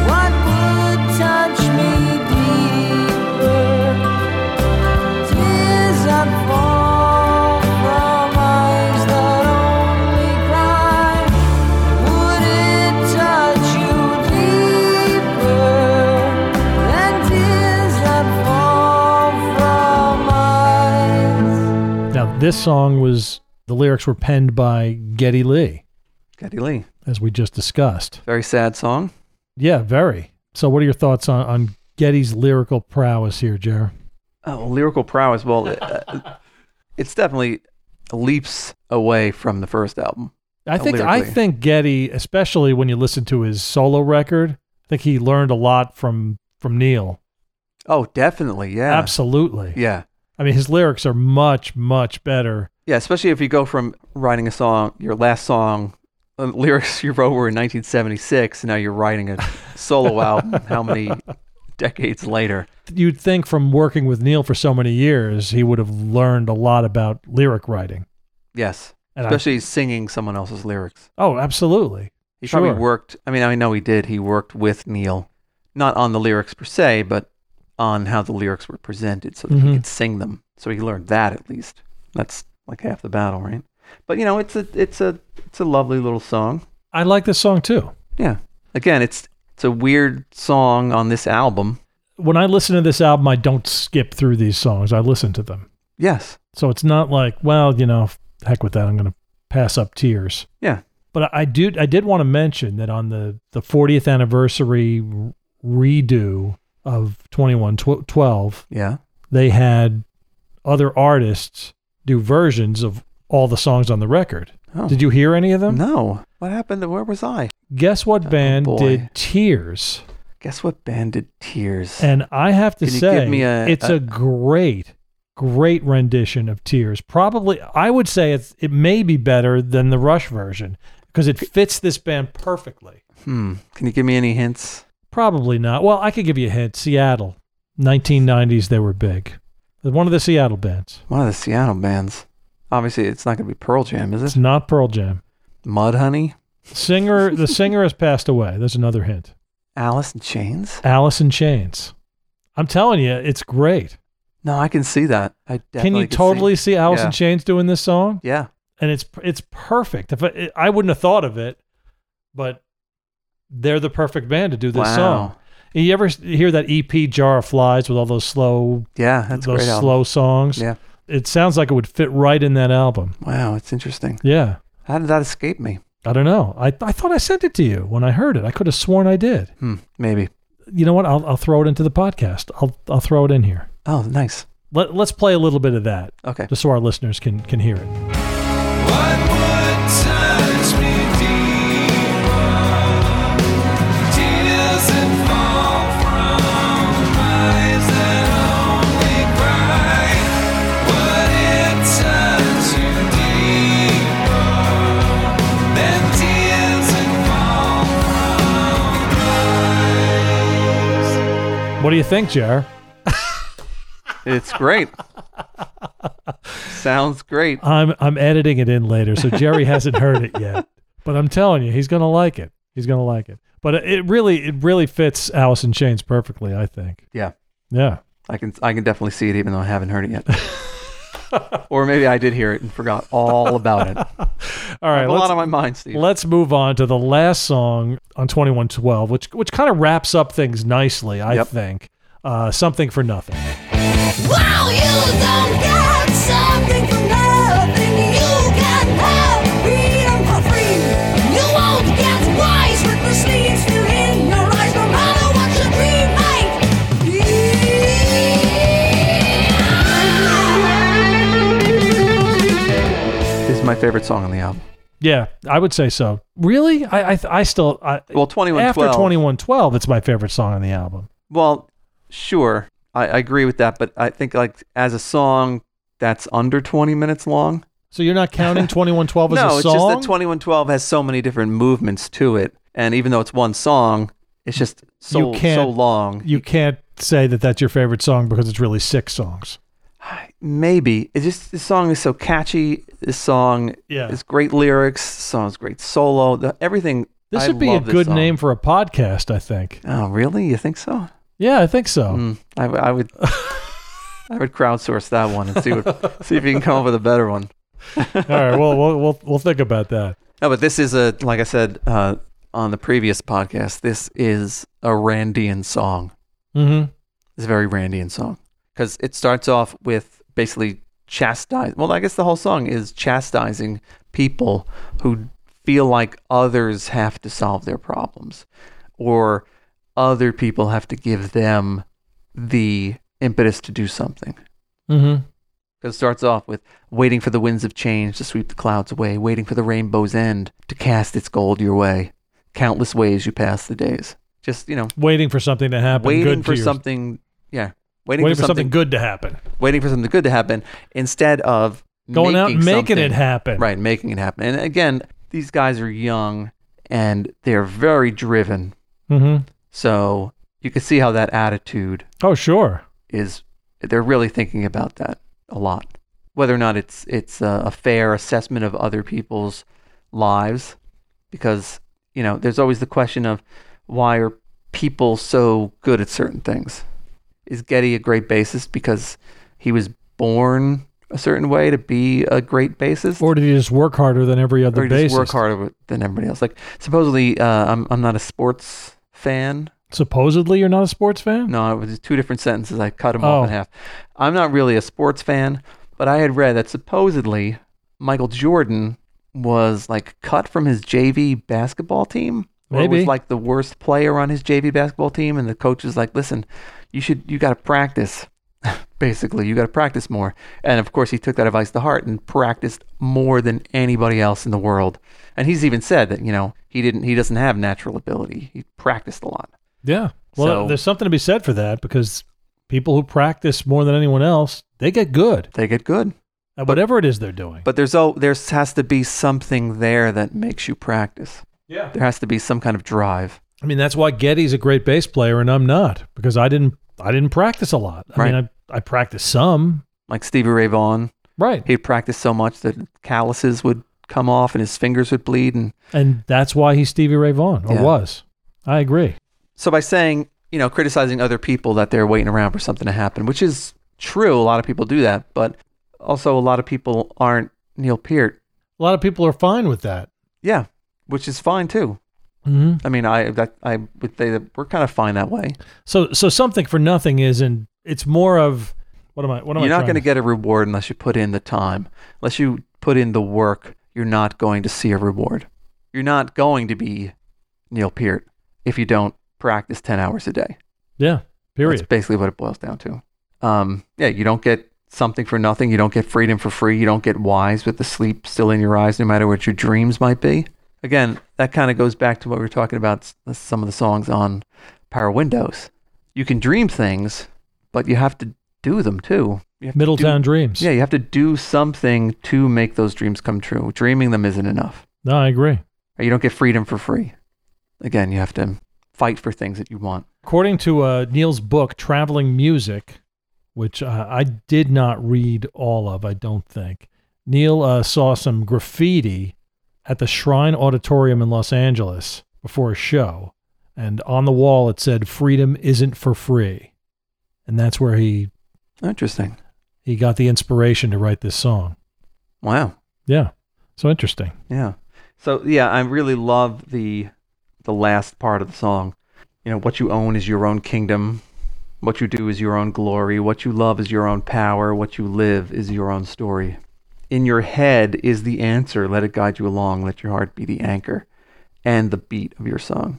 Speaker 4: What would touch me deeper? Tears that fall from eyes that only cry. Would it touch you deeper than tears that fall from eyes?
Speaker 2: Now, this song was, the lyrics were penned by Getty Lee,
Speaker 1: Geddy Lee,
Speaker 2: as we just discussed.
Speaker 1: very sad song.
Speaker 2: Yeah, very. So, what are your thoughts on, on Getty's lyrical prowess here, Jer?
Speaker 1: Oh, lyrical prowess. Well, uh, it's definitely leaps away from the first album.
Speaker 2: I
Speaker 1: Uh,
Speaker 2: think I
Speaker 1: lyrically.
Speaker 2: think Getty, especially when you listen to his solo record, I think he learned a lot from from Neil.
Speaker 1: Oh, definitely, yeah,
Speaker 2: Absolutely.
Speaker 1: yeah.
Speaker 2: I mean, his lyrics are much, much better.
Speaker 1: Yeah, especially if you go from writing a song, your last song, uh, lyrics you wrote were in 1976, and now you're writing a solo album how many decades later?
Speaker 2: You'd think from working with Neil for so many years, he would have learned a lot about lyric writing.
Speaker 1: Yes.
Speaker 2: And I-
Speaker 1: Especially singing someone else's lyrics.
Speaker 2: oh, absolutely.
Speaker 1: He probably
Speaker 2: Sure.
Speaker 1: worked, I mean, I know he did. He worked with Neil, not on the lyrics per se, but on how the lyrics were presented so that
Speaker 2: Mhm.
Speaker 1: he could sing them. So he learned that at least. That's like half the battle, right? But you know, it's a it's a it's a lovely little song.
Speaker 2: I like this song too.
Speaker 1: Yeah. Again, it's it's a weird song on this album.
Speaker 2: When I listen to this album, I don't skip through these songs. I listen to them.
Speaker 1: Yes.
Speaker 2: So it's not like, well, you know, heck with that. I'm going to pass up tears.
Speaker 1: Yeah.
Speaker 2: But I I do. I did want to mention that on the the 40th anniversary redo of 2112,
Speaker 1: Yeah.
Speaker 2: they had other artists do versions of all the songs on the record.
Speaker 1: Oh.
Speaker 2: Did you hear any of them?
Speaker 1: No. What happened? To, where was I?
Speaker 2: Guess what
Speaker 1: Oh,
Speaker 2: band
Speaker 1: boy.
Speaker 2: did Tears?
Speaker 1: Guess what band did Tears?
Speaker 2: And I have to
Speaker 1: Can you
Speaker 2: say,
Speaker 1: give me a-
Speaker 2: it's a,
Speaker 1: a-
Speaker 2: great, great rendition of Tears. Probably, I would say it's, it may be better than the Rush version because it fits this band perfectly.
Speaker 1: hmm. Can you give me any hints?
Speaker 2: Probably not. Well, I could give you a hint. Seattle, 1990s, they were big. One of the Seattle bands.
Speaker 1: One of the Seattle bands. Obviously, it's not going to be Pearl Jam, is
Speaker 2: It's
Speaker 1: it?
Speaker 2: not Pearl Jam.
Speaker 1: Mud Honey,
Speaker 2: Singer, the singer has passed away. There's another hint.
Speaker 1: Alice in Chains.
Speaker 2: Alice in Chains. I'm telling you, it's great.
Speaker 1: No, I can see that. I definitely
Speaker 2: Can you
Speaker 1: could see-
Speaker 2: totally see, Alice
Speaker 1: Yeah.
Speaker 2: in Chains doing this song?
Speaker 1: Yeah.
Speaker 2: and it's it's perfect. If I, I wouldn't have thought of it, but they're the perfect band to do this
Speaker 1: wow.
Speaker 2: song. You ever hear that EP Jar of Flies with all those slow
Speaker 1: Yeah, that's a
Speaker 2: those
Speaker 1: great.
Speaker 2: slow
Speaker 1: Album.
Speaker 2: songs?
Speaker 1: Yeah.
Speaker 2: It sounds like it would fit right in that album.
Speaker 1: Wow, it's interesting.
Speaker 2: Yeah.
Speaker 1: How did that escape me?
Speaker 2: I don't know. I, I thought I sent it to you when I heard it. I could have sworn I did.
Speaker 1: Hmm. Maybe.
Speaker 2: You know what? I'll, I'll throw it into the podcast. I'll I'll throw it in here.
Speaker 1: Oh, nice.
Speaker 2: Let, let's play a little bit of that
Speaker 1: Okay.
Speaker 2: just so our listeners can can hear it.
Speaker 5: What would touch me deeper? Tears that fall from eyes that only cry. Would it touch you deeper than tears that fall from eyes?
Speaker 2: What do you think, Jar?
Speaker 1: It's great. Sounds great.
Speaker 2: I'm I'm editing it in later, so Jerry hasn't heard it yet. But I'm telling you, he's gonna like it. He's gonna like it. But it- it really it really fits Alice in Chains perfectly, I think.
Speaker 1: Yeah.
Speaker 2: Yeah.
Speaker 1: I can I can definitely see it even though I haven't heard it yet. or maybe I did hear it and forgot all about it.
Speaker 2: All
Speaker 1: I
Speaker 2: right.
Speaker 1: have a lot
Speaker 2: Let's,
Speaker 1: on my mind, Steve.
Speaker 2: let's move on to the last song on 2112, which which kind of wraps up things nicely, I
Speaker 1: Yep.
Speaker 2: think. Uh, something for nothing.
Speaker 3: Wow, you don't get something from nothing. You can have freedom for free. You won't get wise with the sleeves still in your eyes, no matter what your dream might be.
Speaker 1: this is my favorite song on the album.
Speaker 2: Yeah, I would say so. Really, I I, th- I still I,
Speaker 1: Well, 21
Speaker 2: after 2112, it's my favorite song on the album.
Speaker 1: Well, sure. I, I agree with that, but I think like as a song that's under 20 minutes long.
Speaker 2: So you're not counting 2112 as
Speaker 1: no,
Speaker 2: a
Speaker 1: it's
Speaker 2: song?
Speaker 1: just that 2112 has so many different movements to it, and even though it's one song, it's just so
Speaker 2: You can't-
Speaker 1: so long.
Speaker 2: you can't say that that's your favorite song because it's really six songs.
Speaker 1: Maybe it's just this song is so catchy. This song
Speaker 2: Yeah.
Speaker 1: is great lyrics. This song is great solo. The, everything.
Speaker 2: This
Speaker 1: I
Speaker 2: would be a
Speaker 1: love this
Speaker 2: good
Speaker 1: song.
Speaker 2: name for a podcast, I think.
Speaker 1: Oh, really? You think so?
Speaker 2: Yeah, I think so.
Speaker 1: Hmm. I, w- I would. I would crowdsource that one and see what, see if you can come up with a better one. Mm.
Speaker 2: All right, well, we'll we'll we'll think about that.
Speaker 1: No, but this is a like I said uh, on the previous podcast. This is a Randian song.
Speaker 2: Mm-hmm.
Speaker 1: It's a very Randian song because it starts off with basically chastise. Well, I guess the whole song is chastising people who feel like others have to solve their problems, or other people have to give them the impetus to do something.
Speaker 2: Mm-hmm.
Speaker 1: Because it starts off with waiting for the winds of change to sweep the clouds away, waiting for the rainbow's end to cast its gold your way. Countless ways you pass the days. Just, you know,
Speaker 2: Waiting for something to happen.
Speaker 1: waiting
Speaker 2: good
Speaker 1: for
Speaker 2: to your-
Speaker 1: something. Yeah.
Speaker 2: Waiting,
Speaker 1: Waiting,
Speaker 2: for something, good to happen.
Speaker 1: Waiting for something good to happen instead of
Speaker 2: Going out and making
Speaker 1: something-
Speaker 2: it happen.
Speaker 1: Right. Making it happen. And again, these guys are young and they're very driven.
Speaker 2: Mm-hmm.
Speaker 1: So you can see how that attitude
Speaker 2: Oh, sure.
Speaker 1: is they're really thinking about that a lot. Whether or not it's it's a, a fair assessment of other people's lives, because you know there's always the question of why are people so good at certain things? Is Getty a great bassist because he was born a certain way to be a great bassist?
Speaker 2: Or did you just work harder than every other
Speaker 1: or he just work
Speaker 2: bassist?
Speaker 1: harder than everybody else. Like supposedly, uh, I'm I'm not a sports fan,
Speaker 2: Supposedly, you're not a sports fan.
Speaker 1: no, it was two different sentences. I cut him
Speaker 2: Oh.
Speaker 1: off in half. I'm not really a sports fan, But I had read that supposedly Michael Jordan was like cut from his JV basketball team. Or
Speaker 2: Maybe.
Speaker 1: was like the worst player on his JV basketball team, and the coach is like, "Listen, you should, you got to practice. Basically, you got to practice more." And of course, he took that advice to heart and practiced more than anybody else in the world. And he's even said that you know he didn't, he doesn't have natural ability. He practiced a lot.
Speaker 2: Yeah. Well,
Speaker 1: So-
Speaker 2: there's something to be said for that because people who practice more than anyone else, they get good
Speaker 1: They get good.
Speaker 2: at whatever it is they're doing.
Speaker 1: But there's oh, there has to be something there that makes you practice.
Speaker 2: yeah.
Speaker 1: There has to be some kind of drive.
Speaker 2: I mean, that's why Getty's a great bass player and I'm not because I didn't I didn't practice a lot. I mean,
Speaker 1: Right.
Speaker 2: I I practiced some.
Speaker 1: Like Stevie Ray Vaughan,
Speaker 2: Right.
Speaker 1: he'd practice so much that calluses would come off and his fingers would bleed. And
Speaker 2: And that's why he's Stevie Ray Vaughan or
Speaker 1: Yeah.
Speaker 2: was. I agree.
Speaker 1: so by saying, you know, criticizing other people that they're waiting around for something to happen, which is true. A lot of people do that, but also a lot of people aren't Neil Peart.
Speaker 2: A lot of people are fine with that.
Speaker 1: Yeah, which is fine too.
Speaker 2: Mm-hmm.
Speaker 1: I mean, I that I would say that we're kind of fine that way.
Speaker 2: So so something for nothing isn't. It's more of what am I? What am
Speaker 1: you're
Speaker 2: I?
Speaker 1: not going to
Speaker 2: to
Speaker 1: get a reward unless you put in the time. Unless you put in the work, you're not going to see a reward. You're not going to be Neil Peart if you don't practice 10 hours a day.
Speaker 2: Yeah. Period.
Speaker 1: That's basically what it boils down to. Um, yeah, you don't get something for nothing. You don't get freedom for free. You don't get wise with the sleep still in your eyes, no matter what your dreams might be. Again, that kind of goes back to what we were talking about s- some of the songs on Power Windows. You can dream things, but you have to do them too. You have to do-
Speaker 2: Middletown dreams.
Speaker 1: yeah, you have to do something to make those dreams come true. Dreaming them isn't enough.
Speaker 2: No, I agree.
Speaker 1: Or You don't get freedom for free. Again, you have to fight for things that you want.
Speaker 2: According to uh, Neil's book, Traveling Music, which uh, I did not read all of, I don't think. Neil uh, saw some graffiti at the Shrine Auditorium in Los Angeles before a show, and on the wall it said, "Freedom isn't for free," and that's where he
Speaker 1: Interesting.
Speaker 2: he got the inspiration to write this song.
Speaker 1: Wow.
Speaker 2: Yeah, so interesting.
Speaker 1: Yeah. So yeah, I really love the the last part of the song. You know, what you own is your own kingdom. What you do is your own glory. What you love is your own power. What you live is your own story. In your head is the answer. Let it guide you along. Let your heart be the anchor and the beat of your song.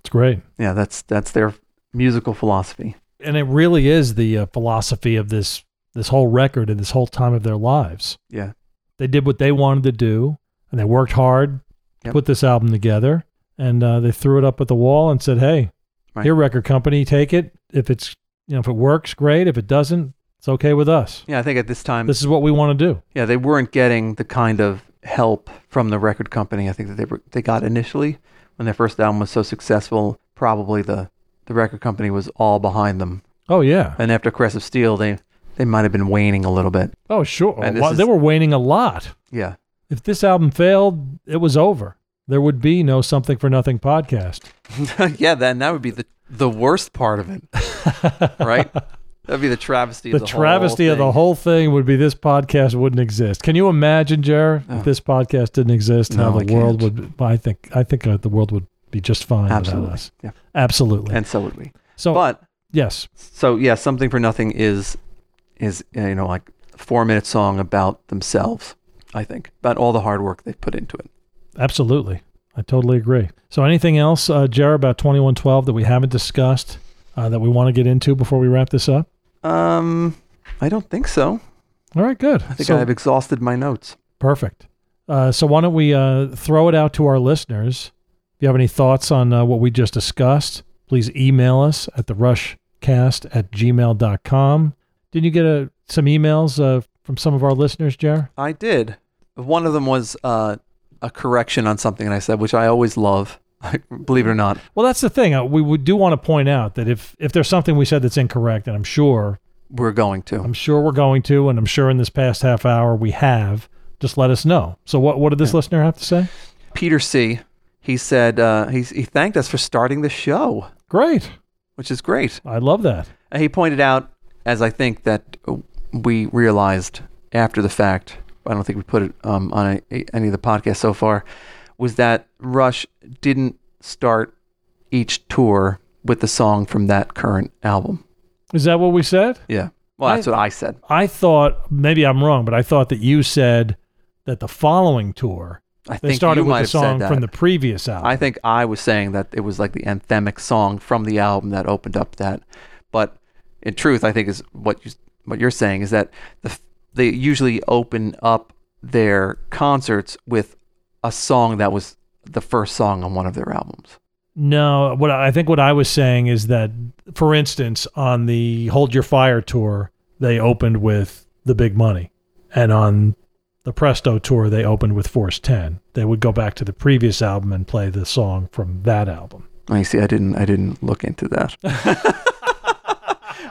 Speaker 2: It's great.
Speaker 1: Yeah, that's that's their musical philosophy.
Speaker 2: and it really is the uh, philosophy of this this whole record and this whole time of their lives.
Speaker 1: Yeah.
Speaker 2: They did what they wanted to do, and they worked hard to
Speaker 1: Yep.
Speaker 2: put this album together. And uh, they threw it up at the wall and said, "Hey,
Speaker 1: Right.
Speaker 2: here, record company, take it. If it's you know if it works, great. If it doesn't, it's okay with us.
Speaker 1: Yeah, I think at this time
Speaker 2: This is what we want to do."
Speaker 1: Yeah, they weren't getting the kind of help from the record company I think that they were, they got initially when their first album was so successful. Probably the the record company was all behind them.
Speaker 2: Oh yeah.
Speaker 1: And after Crest of Steel, they they might have been waning a little bit.
Speaker 2: Oh sure.
Speaker 1: And
Speaker 2: Well,
Speaker 1: this
Speaker 2: they
Speaker 1: is-
Speaker 2: were waning a lot.
Speaker 1: Yeah,
Speaker 2: If this album failed, it was over. There would be no Something for Nothing podcast.
Speaker 1: yeah. Then that would be the the worst part of it, right? That'd be the travesty.
Speaker 2: the,
Speaker 1: of the whole
Speaker 2: travesty of the
Speaker 1: thing.
Speaker 2: whole thing would be this podcast wouldn't exist. Can you imagine, Jer, if this podcast didn't exist, how
Speaker 1: Oh. No,
Speaker 2: the
Speaker 1: I
Speaker 2: world
Speaker 1: can't.
Speaker 2: would? I think I think uh, the world would be just fine
Speaker 1: Absolutely.
Speaker 2: without us.
Speaker 1: Yeah.
Speaker 2: Absolutely.
Speaker 1: And so would we.
Speaker 2: so,
Speaker 1: But
Speaker 2: yes,
Speaker 1: so yeah, something for nothing is is uh, you know like a four minute song about themselves. I think about all the hard work they put into it.
Speaker 2: absolutely, I totally agree. So, anything else, uh, Jer, about twenty one twelve that we haven't discussed uh, that we want to get into before we wrap this up?
Speaker 1: Um, I don't think so.
Speaker 2: All right, good.
Speaker 1: I think
Speaker 2: So-
Speaker 1: I have exhausted my notes.
Speaker 2: Perfect. Uh, so why don't we uh, throw it out to our listeners? If you have any thoughts on uh, what we just discussed, please email us at therushcast at gmail.com. Didn't you get uh some emails uh, from some of our listeners, Jer?
Speaker 1: I did. One of them was uh, a correction on something that I said, which I always love. Believe it or not,
Speaker 2: Well, that's the thing. Uh, we, we do want to point out that if, if there's something we said that's incorrect, and I'm sure,
Speaker 1: we're going to.
Speaker 2: I'm sure we're going to, and I'm sure in this past half hour we have, just let us know. So what, what did this listener have to say?
Speaker 1: Peter C. He said uh, he he thanked us for starting the show,
Speaker 2: Great.
Speaker 1: which is great.
Speaker 2: I love that.
Speaker 1: And he pointed out, as I think that we realized after the fact, I don't think we put it um, on a, any of the podcasts so far, was that Rush didn't start each tour with the song from that current album.
Speaker 2: Is that what we said?
Speaker 1: Yeah. Well, that's what I said.
Speaker 2: I thought maybe I'm wrong, but I thought that you said that the following tour
Speaker 1: I
Speaker 2: they
Speaker 1: think
Speaker 2: started
Speaker 1: you
Speaker 2: with
Speaker 1: might
Speaker 2: the
Speaker 1: have said
Speaker 2: song
Speaker 1: that.
Speaker 2: from the previous album.
Speaker 1: I think I was saying that it was like the anthemic song from the album that opened up that. But in truth, I think is what you what you're saying is that the f- they usually open up their concerts with a song that was the first song on one of their albums.
Speaker 2: No, what I I think what I was saying is that, for instance, on the Hold Your Fire tour, they opened with The Big Money, and on the Presto tour, they opened with Force Ten. They would go back to the previous album and play the song from that album.
Speaker 1: I see. I didn't. I didn't look into that.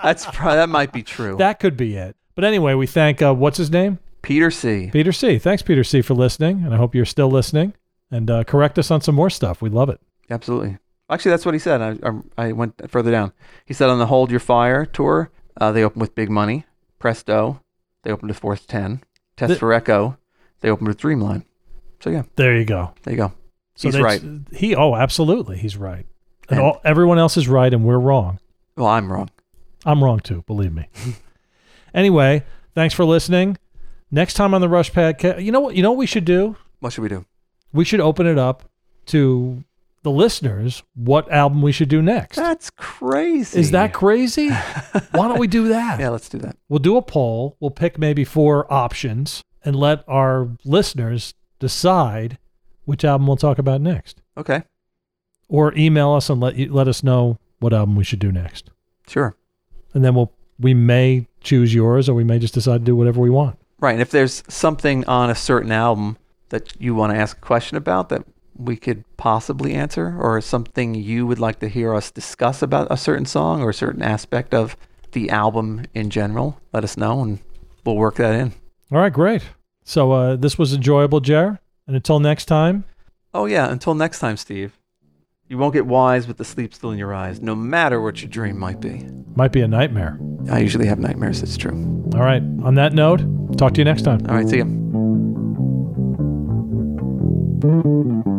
Speaker 1: That's probably, that might be true.
Speaker 2: That could be it. But anyway, we thank uh, what's his name,
Speaker 1: Peter C.
Speaker 2: Peter C. Thanks, Peter C. for listening, and I hope you're still listening. And uh, correct us on some more stuff. We love it.
Speaker 1: Absolutely. Actually, that's what he said. I, I, I went further down. He said on the Hold Your Fire tour, uh, they opened with Big Money, Presto, they opened with Fourth Ten, Test
Speaker 2: The-
Speaker 1: for Echo, they opened with Dreamline. So yeah,
Speaker 2: There you go.
Speaker 1: there you go. He's
Speaker 2: that's- He oh, absolutely, he's right.
Speaker 1: And-
Speaker 2: And all, everyone else is right, and we're wrong.
Speaker 1: Well, I'm wrong.
Speaker 2: I'm wrong too, believe me. anyway, thanks for listening. Next time on the Rush Podcast, you know what? You know what we should do?
Speaker 1: What should we do?
Speaker 2: We should open it up to the listeners what album we should do next.
Speaker 1: That's crazy.
Speaker 2: Is that crazy? Why don't we do that?
Speaker 1: Yeah, let's do that.
Speaker 2: We'll do a poll. We'll pick maybe four options and let our listeners decide which album we'll talk about next.
Speaker 1: Okay,
Speaker 2: Or email us and let you, let us know what album we should do next.
Speaker 1: sure.
Speaker 2: And then we'll we may choose yours or we may just decide to do whatever we want.
Speaker 1: Right. And if there's something on a certain album that you want to ask a question about that we could possibly answer, or something you would like to hear us discuss about a certain song or a certain aspect of the album in general, let us know and we'll work that in.
Speaker 2: All right, great. So uh, this was enjoyable, Jer. And until next time,
Speaker 1: Oh, yeah. Until next time, Steve, you won't get wise with the sleep still in your eyes, no matter what your dream might be.
Speaker 2: might be a nightmare.
Speaker 1: I usually have nightmares, it's true.
Speaker 2: All right. On that note, talk to you next time.
Speaker 1: All right. See ya.